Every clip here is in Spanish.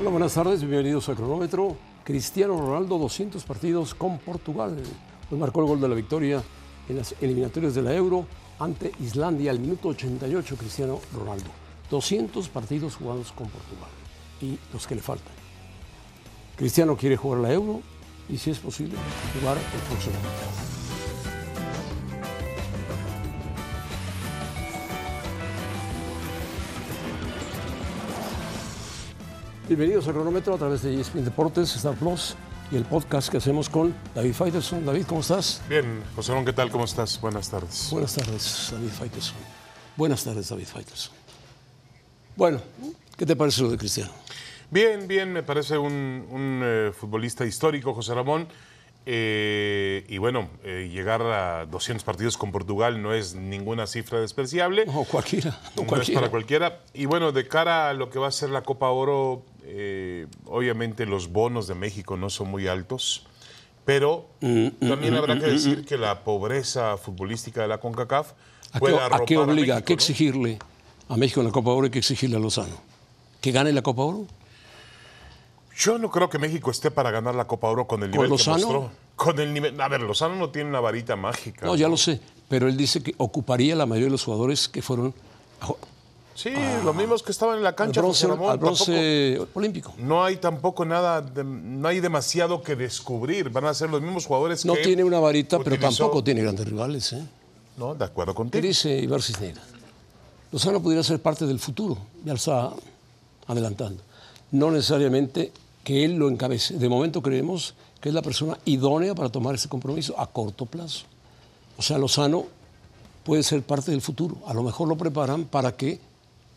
Hola, buenas tardes, bienvenidos a Cronómetro. Cristiano Ronaldo, 200 partidos con Portugal. Nos marcó el gol de la victoria en las eliminatorias de la Euro ante Islandia al minuto 88, Cristiano Ronaldo. 200 partidos jugados con Portugal y los que le faltan. Cristiano quiere jugar la Euro y, si es posible, jugar el próximo año. Bienvenidos a Cronómetro a través de E ESPN Deportes, Star Plus y el podcast que hacemos con David Faitelson. David, ¿cómo estás? Bien, José Ron, ¿qué tal? ¿Cómo estás? Buenas tardes. Buenas tardes, David Faitelson. Buenas tardes, David Faitelson. Bueno, ¿qué te parece lo de Cristiano? Bien, bien, me parece un, un eh, futbolista histórico, José Ramón. Eh, y bueno, eh, llegar a 200 partidos con Portugal no es ninguna cifra despreciable. No, cualquiera. No, cualquiera. es para cualquiera. Y bueno, de cara a lo que va a ser la Copa Oro, eh, obviamente los bonos de México no son muy altos, pero Mm, también habrá que decir que la pobreza futbolística de la CONCACAF ¿A qué, puede a qué arropar a obliga? ¿A México, qué ¿no? exigirle a México en la Copa Oro y qué exigirle a Lozano? ¿Que gane la Copa Oro? Yo no creo que México esté para ganar la Copa Oro con el ¿Con nivel Lozano? que mostró. Con el nivel, a ver, Lozano no tiene una varita mágica. No, ya lo sé, pero él dice que ocuparía la mayoría de los jugadores que fueron a jo- Sí, los mismos que estaban en Ah. la al cancha. bronce, José Ramón, al bronce olímpico. tampoco- no hay tampoco nada, de- no hay demasiado que descubrir. Van a ser los mismos jugadores No que tiene una varita, pero utilizó- tampoco tiene grandes rivales. ¿eh? No, de acuerdo ¿Qué contigo. dice Ibar Cisneros? Lozano pudiera ser parte del futuro, ya lo está adelantando. No necesariamente que él lo encabece. De momento creemos que es la persona idónea para tomar ese compromiso a corto plazo. O sea, Lozano puede ser parte del futuro. A lo mejor lo preparan para que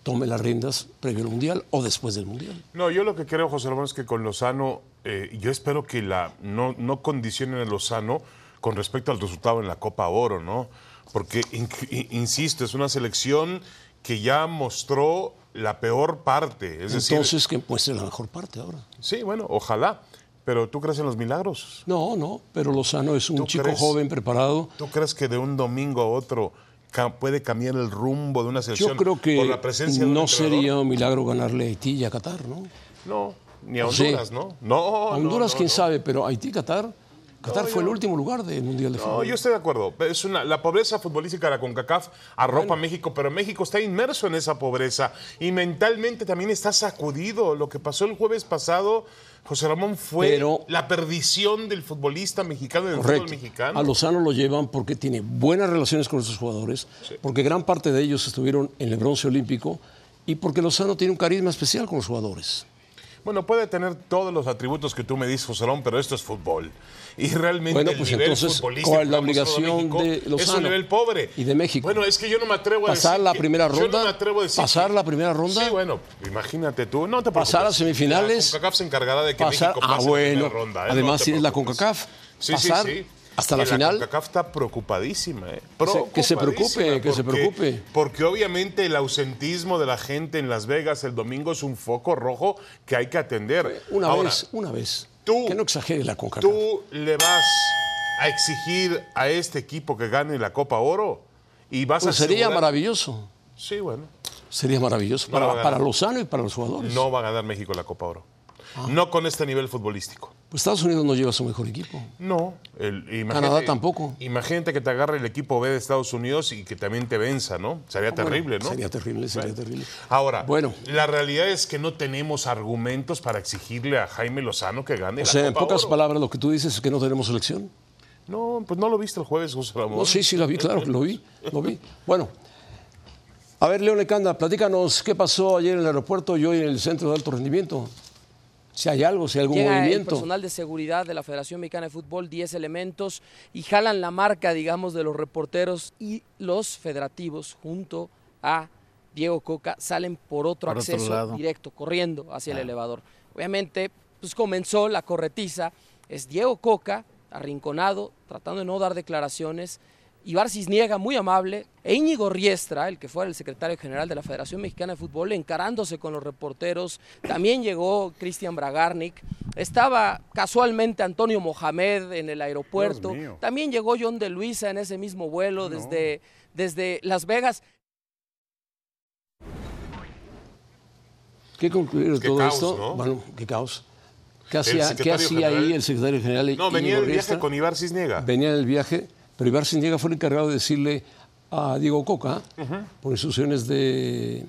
tome las riendas previo al Mundial o después del Mundial. No, yo lo que creo, José Ramón, es que con Lozano, eh, yo espero que la no, no condicionen a Lozano con respecto al resultado en la Copa Oro, ¿no? Porque, in- in- insisto, es una selección que ya mostró la peor parte. Es decir, Entonces, que muestre la mejor parte ahora. sí, bueno, ojalá. Pero tú crees en los milagros. No, no, pero Lozano es un ¿Tú chico crees? joven, preparado, ¿Tú crees que de un domingo a otro ca- puede cambiar el rumbo de una selección Yo creo que por la presencia de un no entrenador? sería un milagro ganarle a Haití y a Qatar, ¿no? No, ni a Honduras, Sí. ¿no? No, a no, Honduras, no, quién no. sabe, pero Haití y Qatar. Qatar fue el último lugar del Mundial de No, Fútbol. yo estoy de acuerdo. Es una, la pobreza futbolística de la CONCACAF arropa a México, pero México está inmerso en esa pobreza y mentalmente también está sacudido. Lo que pasó el jueves pasado, José Ramón, fue Pero- la perdición del futbolista mexicano, del Correcto. fútbol mexicano. A Lozano lo llevan porque tiene buenas relaciones con esos jugadores, porque gran parte de ellos estuvieron en el bronce olímpico y porque Lozano tiene un carisma especial con los jugadores. Bueno, puede tener todos los atributos que tú me dices, José Ramón, pero esto es fútbol. Y realmente Bueno, el pues nivel entonces, futbolístico ¿cuál es la que ha mostrado obligación México de es Lozano un nivel pobre. y de México? Bueno, es que yo no me atrevo a Pasar decir la que- primera Pues yo no ronda, me atrevo a decir pasar que- la primera ronda. Sí, bueno, imagínate tú, no te preocupes. Pasar a semifinales, La CONCACAF se encargará de que pasar México ah, pase la bueno, primera ronda. ¿eh? No además te tienes la preocupes. CONCACAF, Sí, pasar sí, sí. hasta la Y final. CONCACAF está preocupadísima, ¿eh? se- que se preocupe, Preocupadísima, que se preocupe. Porque obviamente el ausentismo de la gente en Las Vegas el domingo es un foco rojo que hay que atender. Una Ahora, vez, una vez. tú- que no exagere la CONCACAF. ¿Tú le vas a exigir a este equipo que gane la Copa Oro? Y vas Pues a sería asegurar- maravilloso. Sí, bueno. Sería maravilloso va a para, ganar. para Lozano y para los jugadores. No va a ganar México la Copa Oro. Ah. No con este nivel futbolístico. Pues Estados Unidos no lleva su mejor equipo. No. el- imagínate- Canadá tampoco. Imagínate que te agarre el equipo B de Estados Unidos y que también te venza, ¿no? Sería terrible, ¿no? Ah, Sería terrible, sería terrible. Ahora, Bueno. la realidad es que no tenemos argumentos para exigirle a Jaime Lozano que gane O la sea, en Copa pocas Oro. palabras, lo que tú dices es que no tenemos elección. No, pues no lo viste el jueves, José Ramón. No, sí, sí, lo vi, claro, que lo vi, lo vi. Bueno, a ver, León Lecanda, platícanos qué pasó ayer en el aeropuerto y hoy en el centro de alto rendimiento. Si hay algo, si hay algún Llega el movimiento. personal de seguridad de la Federación Mexicana de Fútbol, 10 elementos, y jalan la marca, digamos, de los reporteros y los federativos junto a Diego Coca salen por otro Por otro acceso lado. Ah. directo, corriendo hacia el elevador. Obviamente, pues comenzó la corretiza. Es Diego Coca, arrinconado, tratando de no dar declaraciones. Ibar Cisniega, muy amable, e Íñigo Riestra, el que fuera el secretario general de la Federación Mexicana de Fútbol, encarándose con los reporteros. También llegó Cristian Bragarnik. Estaba casualmente Antonio Mohamed en el aeropuerto. mío. También llegó John de Luisa en ese mismo vuelo desde, desde Las Vegas. ¿Qué concluir de Qué todo caos, esto? ¿no? Bueno, qué caos. ¿Qué El hacía, qué secretario hacía general- ahí el secretario general? No, venía Íñigo el viaje Riestra? con Ibar Cisniega. venía en el viaje, pero Ibar Zuniga fue el encargado de decirle a Diego Coca, por instrucciones de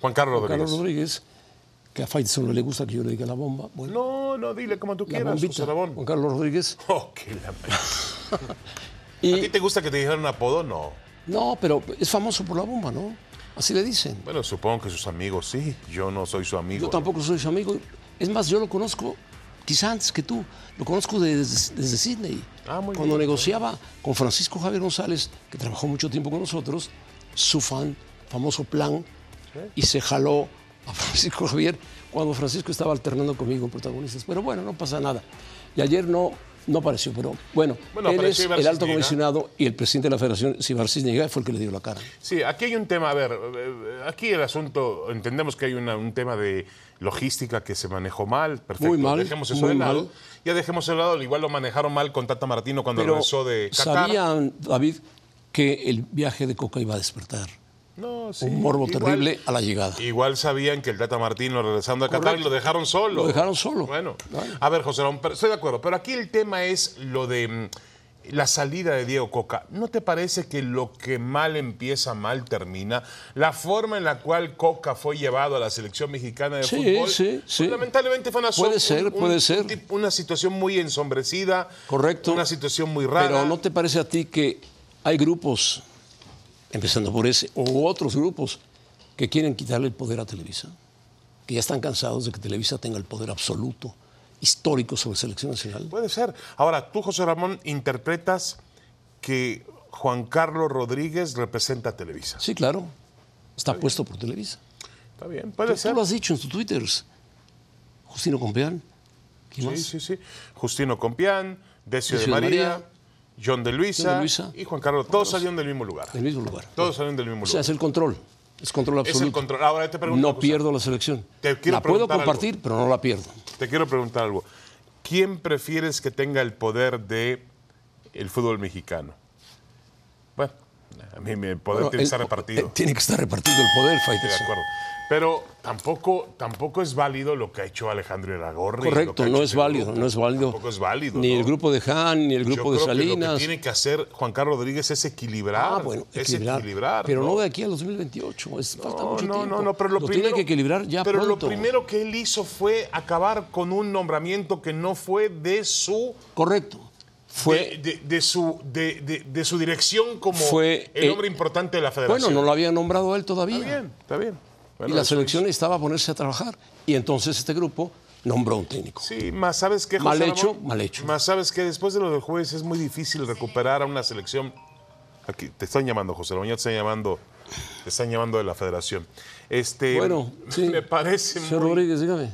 Juan Carlos Carlos Rodríguez. Rodríguez, que a Fight solo le gusta que yo le diga la bomba. Bueno, No, no, dile como tú la quieras, bombita, José Ramón. Juan Carlos Rodríguez. Oh, qué la madre. ¿A ti Y, te gusta que te dijeran un apodo? No. no, pero es famoso por la bomba, ¿no? Así le dicen. Bueno, supongo que sus amigos sí. Yo no soy su amigo. Yo tampoco soy su amigo. Es más, yo lo conozco quizá antes que tú. Lo conozco desde, desde Sydney. Ah, muy Cuando bien. negociaba con Francisco Javier González, que trabajó mucho tiempo con nosotros, su fan, famoso plan, y se jaló a Francisco Javier cuando Francisco estaba alternando conmigo en protagonistas. Pero bueno, no pasa nada. Y ayer no, no apareció, pero bueno, Bueno, él es apareció Ibar el alto Cisniega. comisionado y el presidente de la federación, Sibar Cisniega, fue el que le dio la cara. Sí, aquí hay un tema, a ver, eh, aquí el asunto, entendemos que hay una- un tema de logística que se manejó mal, perfecto. Muy mal, Dejemos eso muy de lado. mal. Ya dejemos el lado, igual lo manejaron mal con Tata Martino cuando Pero regresó de Qatar. sabían, David, que el viaje de Coca iba a despertar. No, sí, un morbo igual- terrible a la llegada. Igual sabían que el Tata Martino regresando a Qatar Correcto. y lo dejaron solo. Lo dejaron solo. Bueno, Bueno. a ver, José Ramón, pero estoy de acuerdo, pero aquí el tema es lo de mm, la salida de Diego Coca. ¿No te parece que lo que mal empieza, mal termina? La forma en la cual Coca fue llevado a la selección mexicana de Sí, fútbol. sí, pues, sí. Lamentablemente fue una so- Puede ser, puede ser. tip- una situación muy ensombrecida. Correcto. Una situación muy rara. Pero ¿no te parece a ti que hay grupos, empezando por ese, o otros grupos, que quieren quitarle el poder a Televisa? Que ya están cansados de que Televisa tenga el poder absoluto, histórico sobre Selección Nacional. Puede ser. Ahora, tú, José Ramón, interpretas que Juan Carlos Rodríguez representa a Televisa. Sí, claro. Está puesto por Televisa. Está bien, puede Tú ser. lo has dicho en tus twitters. Justino Compeán. ¿Quién Sí, más? sí, sí. Justino Compián, Decio Decio de de María, María, John de Luisa, John de Luisa. y Juan Carlos. Todos salieron del mismo lugar. Del mismo lugar. Todos salieron del mismo O sea, lugar. es el control. Es control absoluto. Es el control. Ahora te pregunto. no José, pierdo la selección. Te quiero La puedo preguntar compartir, pero no la pierdo. Te quiero preguntar algo. ¿Quién prefieres que tenga el poder de el fútbol mexicano? Bueno, a mí mi poder Bueno, tiene que el- estar repartido. eh, Tiene que estar repartido el poder, Estoy Faitelson. de acuerdo. Pero tampoco, tampoco es válido lo que ha hecho Alejandro Iragorri. lo que ha Correcto, hecho no es este válido, grupo. no es válido. Tampoco es válido. Ni ¿no? el grupo de Han, ni el Yo grupo de creo que Salinas. lo que tiene que hacer Juan Carlos Rodríguez es equilibrar. Ah, bueno, es equilibrar, equilibrar, Pero no, de aquí al 2028. Es, falta No, mucho no, tiempo. no, no, pero lo, primero, tiene que equilibrar ya Pero pronto. lo primero que él hizo fue acabar con un nombramiento que no fue de su Correcto. Fue, de, de- de su de, de- de su dirección como Fue, el eh, hombre importante de la bueno, Federación. no lo había nombrado a él todavía. está bien, está bien. y Bueno, la eso selección estaba a ponerse a trabajar. Y entonces este grupo nombró a un técnico. Sí, más sabes que Mal hecho, mal hecho. Más sabes que después de lo del jueves es muy difícil recuperar a una selección. Aquí te están llamando, José Ramón, ya te están llamando, te están llamando de la Federación. Este, Bueno, sí. me parece Señor muy, Rodríguez, dígame.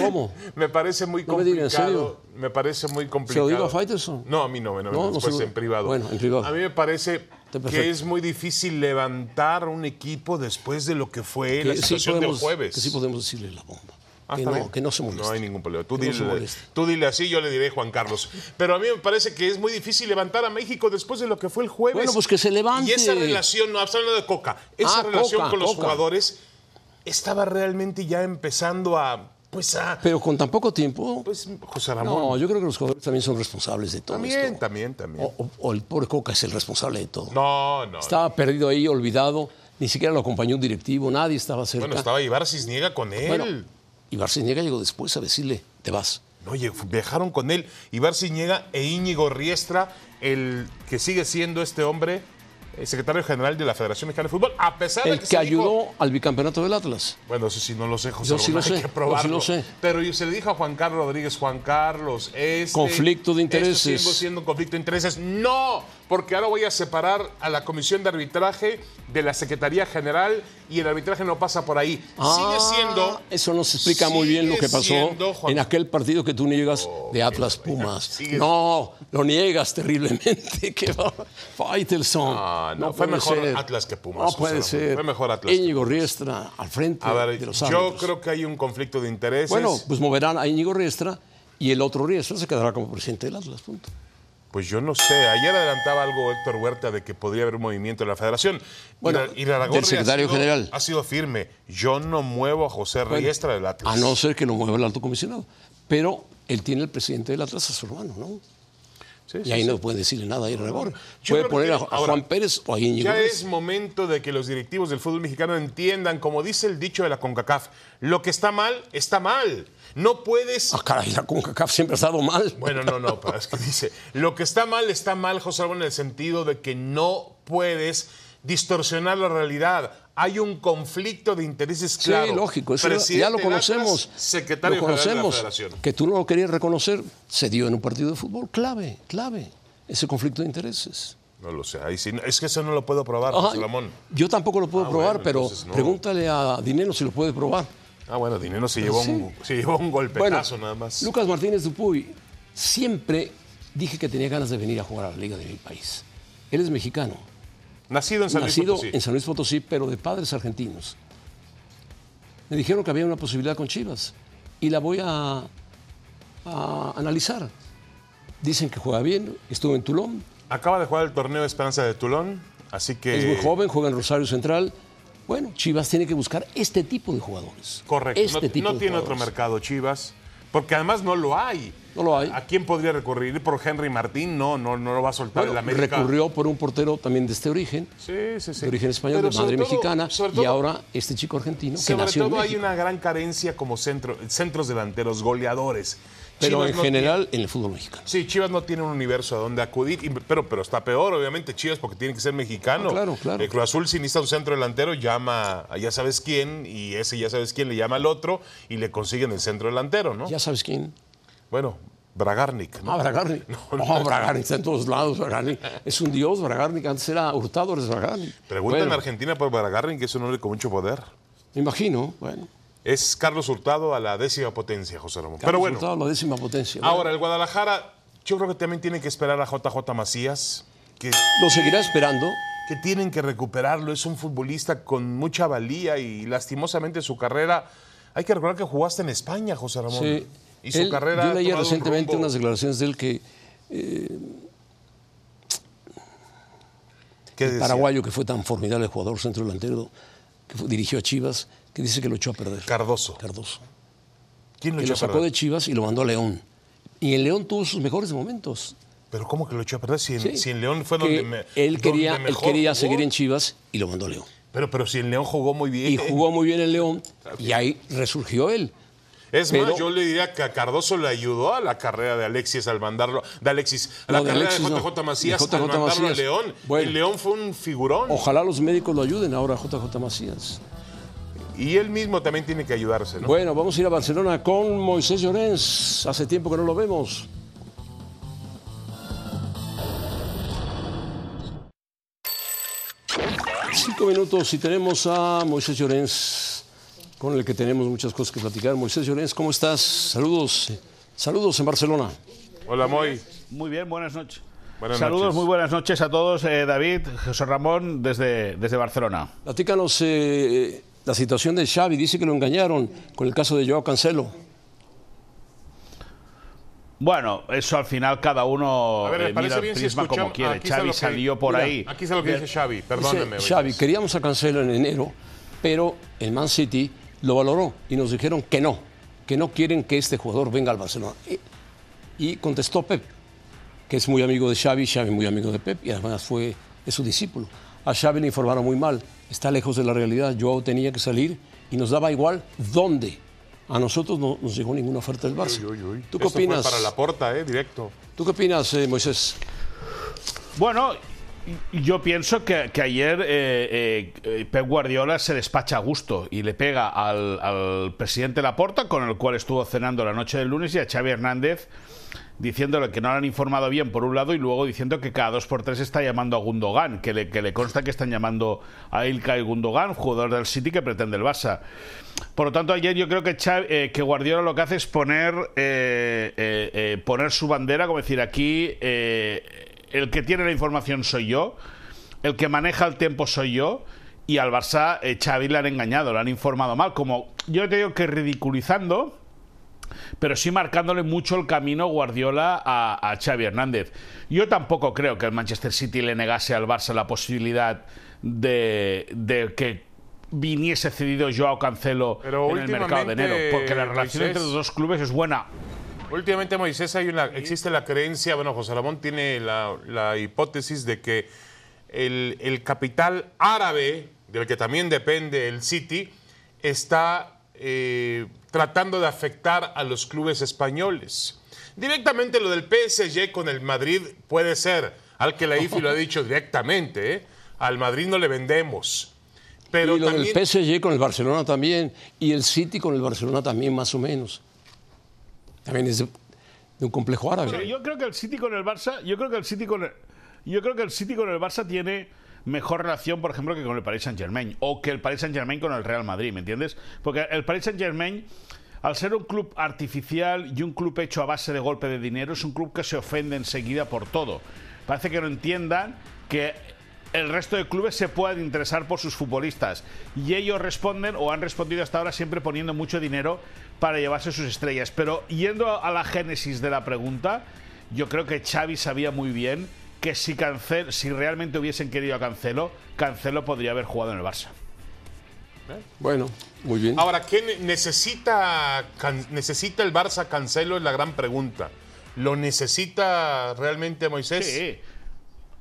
¿Cómo? me parece muy No me diga, ¿en complicado. serio? me parece muy complicado. digo a Faitelson? No, a mí no, no, No, no después se lo- en privado. Bueno, en privado. A mí me parece que perfecto. es muy difícil levantar un equipo después de lo que fue la Que sí situación podemos- del jueves. Que sí podemos decirle la bomba. Ah, que, está no, bien. que no se moleste. No hay ningún problema. Tú, Que no se dile, moleste. tú dile así, yo le diré Juan Carlos. Pero a mí me parece que es muy difícil levantar a México después de lo que fue el jueves. Bueno, pues que se levante. Y esa relación, no, hablando de Coca, esa Ah, relación Coca, con los Coca. jugadores estaba realmente ya empezando a, pues a, Pero con tan poco tiempo. pues José Ramón. no, yo creo que los jugadores también son responsables de todo también, esto. también, también. O, o- o el pobre Coca es el responsable de todo. No, no. Estaba perdido ahí, olvidado. Ni siquiera lo acompañó un directivo, nadie estaba cerca. bueno, estaba Ibar Cisniega con él. Bueno, y Barciniega llegó después a decirle, te vas. No, lleg- viajaron con él Ibar Ciñega e Íñigo Riestra, el que sigue siendo este hombre, el secretario general de la Federación Mexicana de Fútbol, a pesar de El que, que se ayudó dijo- al bicampeonato del Atlas. bueno, eso sí no lo sé, José. Yo sí Ramón, lo hay sé, que yo sí probarlo. lo sé. Pero yo se le dijo a Juan Carlos Rodríguez, Juan Carlos, este, Conflicto de intereses. Esto sigue siendo un conflicto de intereses. No, porque ahora voy a separar a la Comisión de Arbitraje de la Secretaría General y el arbitraje no pasa por ahí. Ah, sigue siendo Eso nos explica muy bien lo sigue que pasó siendo, Juan- Oh, en aquel partido que tú niegas de Atlas Pumas. Sigue- No, lo niegas terriblemente. Que va. Faitelson. No, Ah, no, fue puede mejor Atlas que Pumas, No José puede Ramón. ser. Fue mejor Atlas que Íñigo Riestra al frente A ver, de los yo árbitros. creo que hay un conflicto de intereses. Bueno, pues moverán a Íñigo Riestra y el otro Riestra se quedará como presidente del Atlas. Punto. Pues yo no sé. Ayer adelantaba algo Héctor Huerta de que podría haber un movimiento en la federación. Bueno, y Iraragorri del secretario ha sido- general. Ha sido firme. Yo no muevo a José Riestra del Atlas. A no ser que lo mueva el alto comisionado. Pero él tiene el presidente del Atlas a su hermano, ¿no? Sí, sí, Y ahí sí. no puede decirle nada a Iragor. Yo Puede creo poner que- a, a ahora, Juan Pérez o a Íñigo. Ya Ruiz. es momento de que los directivos del fútbol mexicano entiendan, como dice el dicho de la CONCACAF, lo que está mal, está mal. No puedes... Ah, caray, la CONCACAF siempre ha estado mal. Bueno, no, no, pero es que dice, lo que está mal, está mal, José Ramón, en el sentido de que no puedes distorsionar la realidad. Hay un conflicto de intereses Sí, claro. lógico, eso ya- ya Presidente lo del Atlas, conocemos. secretario lo general de la conocemos. Federación. que tú no lo querías reconocer, se dio en un partido de fútbol clave, clave, ese conflicto de intereses. No lo sé, ahí sí, es que eso no lo puedo probar, Ajá, José Ramón. yo tampoco lo puedo Ah, probar, bueno, pero entonces no. pregúntale a Dinero si lo puede probar. Ah, bueno, Dinero se llevó, Sí. un, se llevó un golpetazo nada más. Lucas Martínez Dupuy, siempre dije que tenía ganas de venir a jugar a la liga de mi país. Él es mexicano, Nacido en San Luis nacido Potosí. en San Luis Potosí, pero de padres argentinos. Me dijeron que había una posibilidad con Chivas y la voy a, a analizar. Dicen que juega bien, estuvo en Tulón, Acaba de jugar el torneo de Esperanza de Tulón, así que... es muy joven, juega en Rosario Central. Bueno, Chivas tiene que buscar este tipo de jugadores. Correcto. Este no tipo no de tiene otro jugadores. mercado Chivas, porque además no lo hay. No lo hay. ¿A quién podría recurrir? Por Henry Martín, no, no, no lo va a soltar Bueno, el América. recurrió por un portero también de este origen, Sí, sí, sí. de origen español, Pero de sobre madre todo- mexicana, sobre y todo- ahora este chico argentino que Sobre nació en todo hay México. una gran carencia como centro, centros delanteros, goleadores. Pero Chivas en no general en el fútbol mexicano. Sí, Chivas no tiene un universo a donde acudir, y- pero, pero está peor, obviamente, Chivas, porque tiene que ser mexicano. Ah, claro, claro. El Cruz Azul, si necesita un centro delantero, llama a ya sabes quién, y ese ya sabes quién le llama al otro, y le consiguen el centro delantero, ¿no? Ya sabes quién. Bueno, Bragarnik, ¿no? Ah, Bragarni. No, Bragarni está en todos lados, Bragarni. Es un dios, Bragarni. Antes era Hurtado, ahora es Bragarni. Pregunta en Bueno, Argentina por Bragarnik, que es un hombre con mucho poder. Me imagino, bueno. Es Carlos Hurtado a la décima potencia, José Ramón. pero Carlos bueno, Hurtado, la décima potencia. ahora el Guadalajara, yo creo que también tiene que esperar a JJ Macías, que Lo seguirá esperando. que tienen que recuperarlo. Es un futbolista con mucha valía y lastimosamente su carrera. Hay que recordar que jugaste en España, José Ramón. Sí. Y su Él- carrera. Yo ha leí tomado un recientemente rumbo- unas declaraciones de él que ¿Qué decía? paraguayo que fue tan formidable jugador centro delantero que fue- dirigió a Chivas, que dice que lo echó a perder. Cardoso. Cardoso. ¿Quién lo Que echó lo a sacó perder? de Chivas y lo mandó a León. Y en León tuvo sus mejores momentos. Pero ¿cómo que lo echó a perder? Si en, Sí. si en León fue Que donde me. él donde quería, él mejor quería jugó. seguir en Chivas y lo mandó a León. Pero, pero si en León jugó muy bien. Y jugó muy bien en León y ahí resurgió él. Es pero- más, yo le diría que a Cardoso le ayudó a la carrera de Alexis al mandarlo. De Alexis. A la No, de carrera Alexis de no. JJ Macías De JJ al mandarlo Macías. a León. Bueno. Oh. Y León fue un figurón. Ojalá los médicos lo ayuden ahora a JJ Macías. Y él mismo también tiene que ayudarse, ¿no? Bueno, vamos a ir a Barcelona con Moisés Llorens. Hace tiempo que no lo vemos. Cinco minutos y tenemos a Moisés Llorens, con el que tenemos muchas cosas que platicar. Moisés Llorens, ¿cómo estás? Saludos. Saludos en Barcelona. Hola, Moy. Muy bien, buenas noches. Buenas Saludos, noches. muy buenas noches a todos. eh, David, José Ramón, desde, desde Barcelona. Platícanos eh, la situación de Xavi. Dice que lo engañaron con el caso de Joao Cancelo. Bueno, eso al final cada uno A ver, eh, me parece mira el bien si prisma escuchamos- como quiere. aquí está Xavi lo que- salió por mira, ahí. Aquí está lo que dice Xavi, perdóneme. Dice, Moisés. Xavi, queríamos a Cancelo en enero, pero el Man City lo valoró y nos dijeron que no, que no quieren que este jugador venga al Barcelona. Y, y contestó Pep, que es muy amigo de Xavi, Xavi muy amigo de Pep y además fue es su discípulo. A Xavi le informaron muy mal, está lejos de la realidad, Joao tenía que salir y nos daba igual dónde. A nosotros no nos llegó ninguna oferta del Barça. Uy, uy. ¿Tú qué Esto fue opinas? para la porta, eh, directo. ¿Tú qué opinas, eh, Moisés? Bueno, y- yo pienso que, que ayer eh, eh, eh, Pep Guardiola se despacha a gusto y le pega al, al presidente Laporta, con el cual estuvo cenando la noche del lunes, y a Xavi Hernández diciéndole que no le han informado bien por un lado y luego diciendo que cada dos por tres está llamando a Gundogan, que le, que le consta que están llamando a Ilkay Gundogan, jugador del City que pretende el Barça. Por lo tanto, ayer yo creo que, Xavi- eh, que Guardiola lo que hace es poner, eh, eh, eh, poner su bandera, como decir, aquí eh, el que tiene la información soy yo, el que maneja el tiempo soy yo, y al Barça eh, Xavi le han engañado, le han informado mal, como yo te digo que ridiculizando pero sí marcándole mucho el camino Guardiola a, a Xavi Hernández. Yo tampoco creo que el Manchester City le negase al Barça la posibilidad de, de que viniese cedido Joao Cancelo Pero en el mercado de enero, últimamente, porque la relación Moisés- entre los dos clubes es buena. Últimamente, Moisés, hay una, existe la creencia, bueno, José Ramón tiene la, la hipótesis de que el, el capital árabe, del que también depende el City, está eh, tratando de afectar a los clubes españoles. Directamente lo del PSG con el Madrid puede ser, al que la IFI lo ha dicho directamente, ¿eh? al Madrid no le vendemos. Pero y lo también... del PSG con el Barcelona también, y el City con el Barcelona también, más o menos. También es de, de un complejo árabe. Pero yo creo que el City con el Barça, yo creo que el City con el, yo creo que el City con el Barça tiene mejor relación, por ejemplo, que con el Paris Saint-Germain o que el Paris Saint-Germain con el Real Madrid, ¿me entiendes? Porque el Paris Saint-Germain al ser un club artificial y un club hecho a base de golpe de dinero, es un club que se ofende enseguida por todo. Parece que no entiendan que el resto de clubes se puedan interesar por sus futbolistas. Y ellos responden o han respondido hasta ahora siempre poniendo mucho dinero para llevarse sus estrellas. Pero yendo a la génesis de la pregunta, yo creo que Xavi sabía muy bien que si, Cancel, si realmente hubiesen querido a Cancelo, Cancelo podría haber jugado en el Barça. Bueno, muy bien. Ahora, ¿qué ne- necesita, Can- necesita el Barça Cancelo? Es la gran pregunta. ¿Lo necesita realmente Moisés? Sí.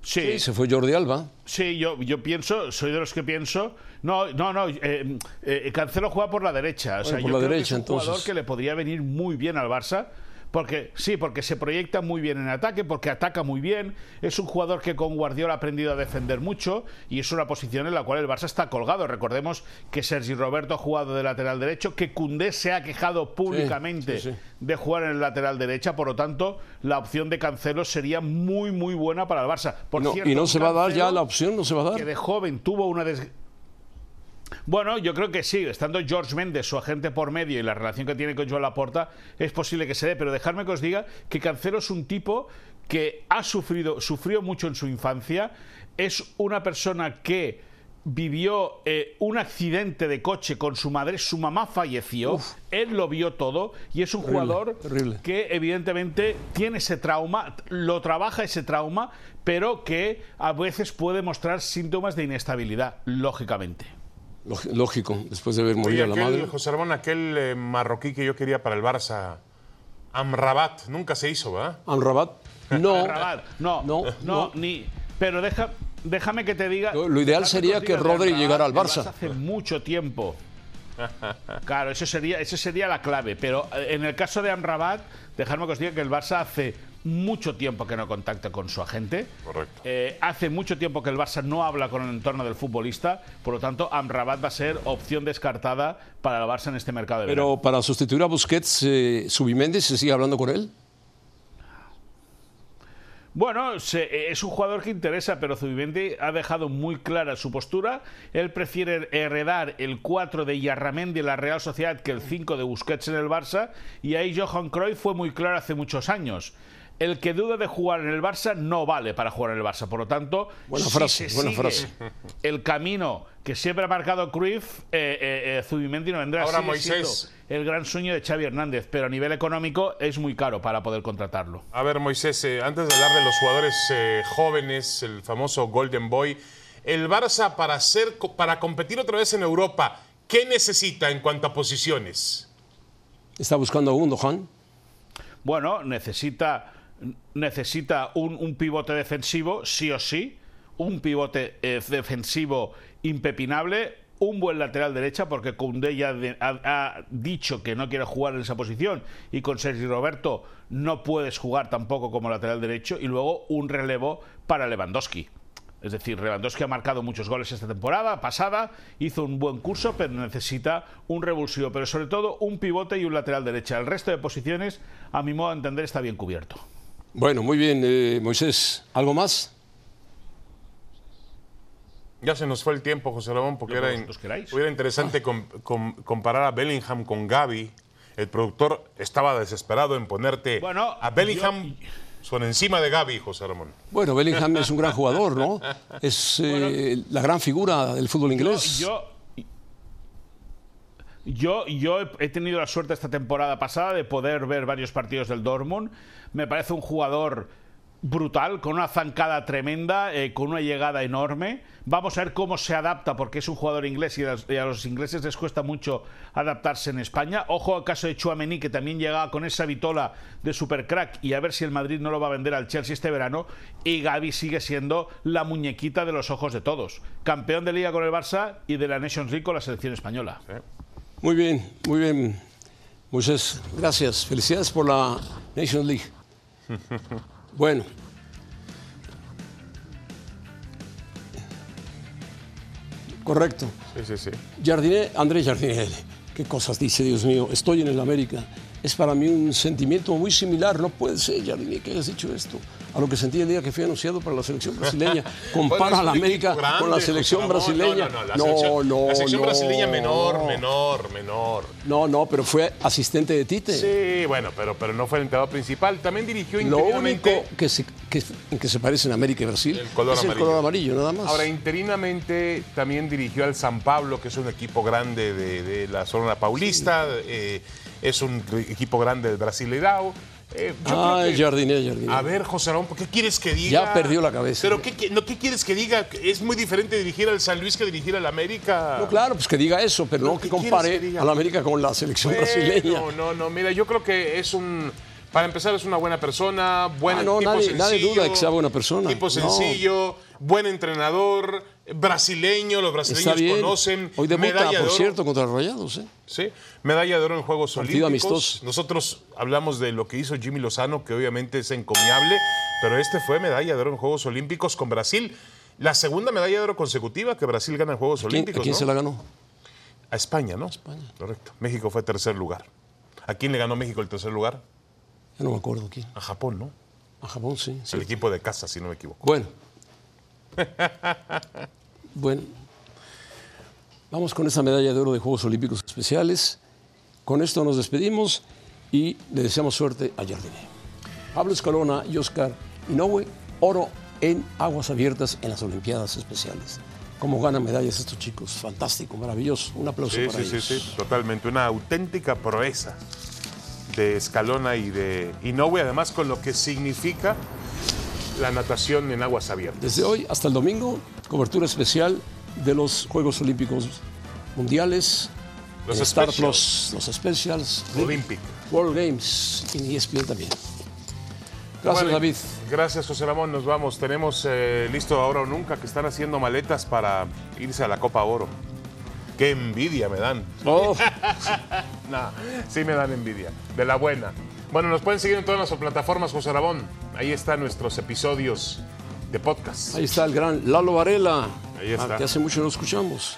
Sí, se fue Jordi Alba. Sí, yo, yo pienso, soy de los que pienso. No, no, no. eh, eh, Cancelo juega por la derecha. O Bueno, sea, por yo la creo que derecha, es un jugador entonces. que le podría venir muy bien al Barça. Porque, sí, porque se proyecta muy bien en ataque, porque ataca muy bien. Es un jugador que con Guardiola ha aprendido a defender mucho y es una posición en la cual el Barça está colgado. Recordemos que Sergi Roberto ha jugado de lateral derecho, que Cundé se ha quejado públicamente sí, sí. de jugar en el lateral derecha. Por lo tanto, la opción de Cancelo sería muy, muy buena para el Barça. Por No, cierto, y no se va a dar ya Cancelo- la opción, no se va a que dar. de joven tuvo una des... Bueno, yo creo que sí, estando George Méndez, su agente por medio y la relación que tiene con Joan Laporta, es posible que se dé, pero dejarme que os diga que Cancelo es un tipo que ha sufrido, sufrió mucho en su infancia, es una persona que vivió eh, un accidente de coche con su madre, su mamá falleció, él lo vio todo y es un jugador terrible. que evidentemente tiene ese trauma, lo trabaja ese trauma, pero que a veces puede mostrar síntomas de inestabilidad, lógicamente. Lóg- Lógico, después de ver Oye, morir a la aquel, madre. José Ramón, aquel eh, marroquí que yo quería para el Barça, Amrabat, nunca se hizo, ¿verdad? Amrabat, no. Rabat, no, No, no, no. ni. Pero deja, déjame que te diga. Lo- lo ideal déjame sería os que diga de Rodri Rabat, llegara al del Barça. Hace mucho tiempo. Claro, eso sería, eso sería la clave. Pero eh, en el caso de Amrabat, dejarme que os diga que el Barça hace mucho tiempo que no contacta con su agente. Correcto. Eh, hace mucho tiempo que el Barça no habla con el entorno del futbolista, por lo tanto, Amrabat va a ser opción descartada para el Barça en este mercado de verano. Pero para sustituir a Busquets, eh, Subiméndez se sigue hablando con él. Bueno, se- eh, es un jugador que interesa, pero Zubimendi ha dejado muy clara su postura. Él prefiere heredar el 4 de Yarramendi en la Real Sociedad que el 5 de Busquets en el Barça. Y ahí Johan Cruyff fue muy claro hace muchos años. El que duda de jugar en el Barça no vale para jugar en el Barça. Por lo tanto, Buena si frase, se buena sigue frase. el camino que siempre ha marcado Cruyff, eh, eh, eh, Zubimendi no vendrá. Ahora, Sigue siendo Moisés. El gran sueño de Xavi Hernández, pero a nivel económico es muy caro para poder contratarlo. A ver, Moisés, eh, antes de hablar de los jugadores eh, jóvenes, el famoso Golden Boy, el Barça para, hacer, co- para competir otra vez en Europa, ¿qué necesita en cuanto a posiciones? Está buscando a Gundogan. bueno, necesita, necesita un, un pivote defensivo, sí o sí, un pivote eh, defensivo impepinable, un buen lateral derecha, porque Koundé ya de- ha, ha dicho que no quiere jugar en esa posición, y con Sergi Roberto no puedes jugar tampoco como lateral derecho, y luego un relevo para Lewandowski. Es decir, Lewandowski ha marcado muchos goles esta temporada, pasada, hizo un buen curso, pero necesita un revulsivo, pero sobre todo un pivote y un lateral derecha. El resto de posiciones, a mi modo de entender, está bien cubierto. Bueno, muy bien, eh, Moisés. ¿Algo más? Ya se nos fue el tiempo, José Ramón, porque Lo que era, in- vosotros queráis. era interesante com- com- comparar a Bellingham con Gaby. El productor estaba desesperado en ponerte Bueno, a Bellingham por encima de Gaby, José Ramón. Bueno, Bellingham es un gran jugador, ¿no? Es eh, la gran figura del fútbol inglés. Yo, Yo, yo he- he tenido la suerte esta temporada pasada de poder ver varios partidos del Dortmund. Me parece un jugador brutal, con una zancada tremenda, eh, con una llegada enorme. Vamos a ver cómo se adapta, porque es un jugador inglés y a, los- y a los ingleses les cuesta mucho adaptarse en España. Ojo al caso de Chuamení, que también llegaba con esa vitola de supercrack y a ver si el Madrid no lo va a vender al Chelsea este verano. Y Gaby sigue siendo la muñequita de los ojos de todos. Campeón de Liga con el Barça y de la Nations League con la selección española. Muy bien, muy bien. Moisés, gracias. Felicidades por la Nations League. Bueno. Correcto. Sí, sí, sí. Jardiné, Andrés Jardiné, qué cosas dice, Dios mío. Estoy en el América. Es para mí un sentimiento muy similar. No puede ser, Jardiné, que hayas dicho esto. A lo que sentí el día que fui anunciado para la selección brasileña. Compara Bueno, a es la un equipo América grande, con la José selección Ramón. brasileña. No, no, no. La selección, la selección no. brasileña menor, menor, menor. No, no, pero fue asistente de Tite. Sí, bueno, pero, pero no fue el entrenador principal. También dirigió Lo único interinamente. que se, que, en que se parece en América y Brasil El color es el amarillo. color amarillo, nada más. Ahora, interinamente también dirigió al San Pablo, que es un equipo grande de, de la zona paulista. eh, es un equipo grande del Brasileirao. Eh, yo creo ah, que- Jardiné, Jardiné. A ver, José Ramón, ¿por qué quieres que diga? Ya perdió la cabeza. ¿Pero qué, qui- no, qué quieres que diga? Es muy diferente dirigir al San Luis que dirigir al América. No, claro, pues que diga eso, pero no ¿Qué que quieres compare que diga? a la América con la selección Bueno, brasileña. No, no, mira, yo creo que es un. Para empezar, es una buena persona, buen Ah, no, tipo nadie- sencillo, nadie duda que sea buena persona. Tipo No. sencillo, buen entrenador, brasileño, los Está brasileños bien. conocen. Hoy debuta, medalla de por oro, cierto, contra Rayados. ¿eh? Sí, medalla de oro en Juegos Partido Olímpicos. amistoso. Nosotros hablamos de lo que hizo Jimmy Lozano, que obviamente es encomiable, pero este fue medalla de oro en Juegos Olímpicos con Brasil. La segunda medalla de oro consecutiva que Brasil gana en Juegos ¿Quién- Olímpicos. ¿A quién ¿no? se la ganó? A España, ¿no? España. Correcto. México fue tercer lugar. ¿A quién le ganó México el tercer lugar? Ya no me acuerdo quién. A Japón, ¿no? A Japón, sí. sí. El equipo de casa, si no me equivoco. Bueno. bueno. Vamos con esta medalla de oro de Juegos Olímpicos Especiales. Con esto nos despedimos y le deseamos suerte a Jardine. Pablo Escalona y Oscar Inoue, oro en aguas abiertas en las Olimpiadas Especiales. Cómo ganan medallas estos chicos. Fantástico, maravilloso. Un aplauso Sí, para sí, sí, ellos. sí, totalmente. Una auténtica proeza de Escalona y de Inoue, además con lo que significa la natación en aguas abiertas. Desde hoy hasta el domingo, cobertura especial de los Juegos Olímpicos Mundiales. Los Eh, Star specials. Plus, los specials. Olympic. World Games en ESPN también. Gracias, Bueno, David. Gracias, José Ramón. Nos vamos. Tenemos eh, listo ahora o nunca que están haciendo maletas para irse a la Copa Oro. Qué envidia me dan. Oh, Nah, sí me dan envidia. De la buena. Bueno, nos pueden seguir en todas las plataformas, José Ramón. Ahí están nuestros episodios de podcast. ahí está el gran Lalo Varela. Ahí está. Ah, Que hace mucho no escuchamos.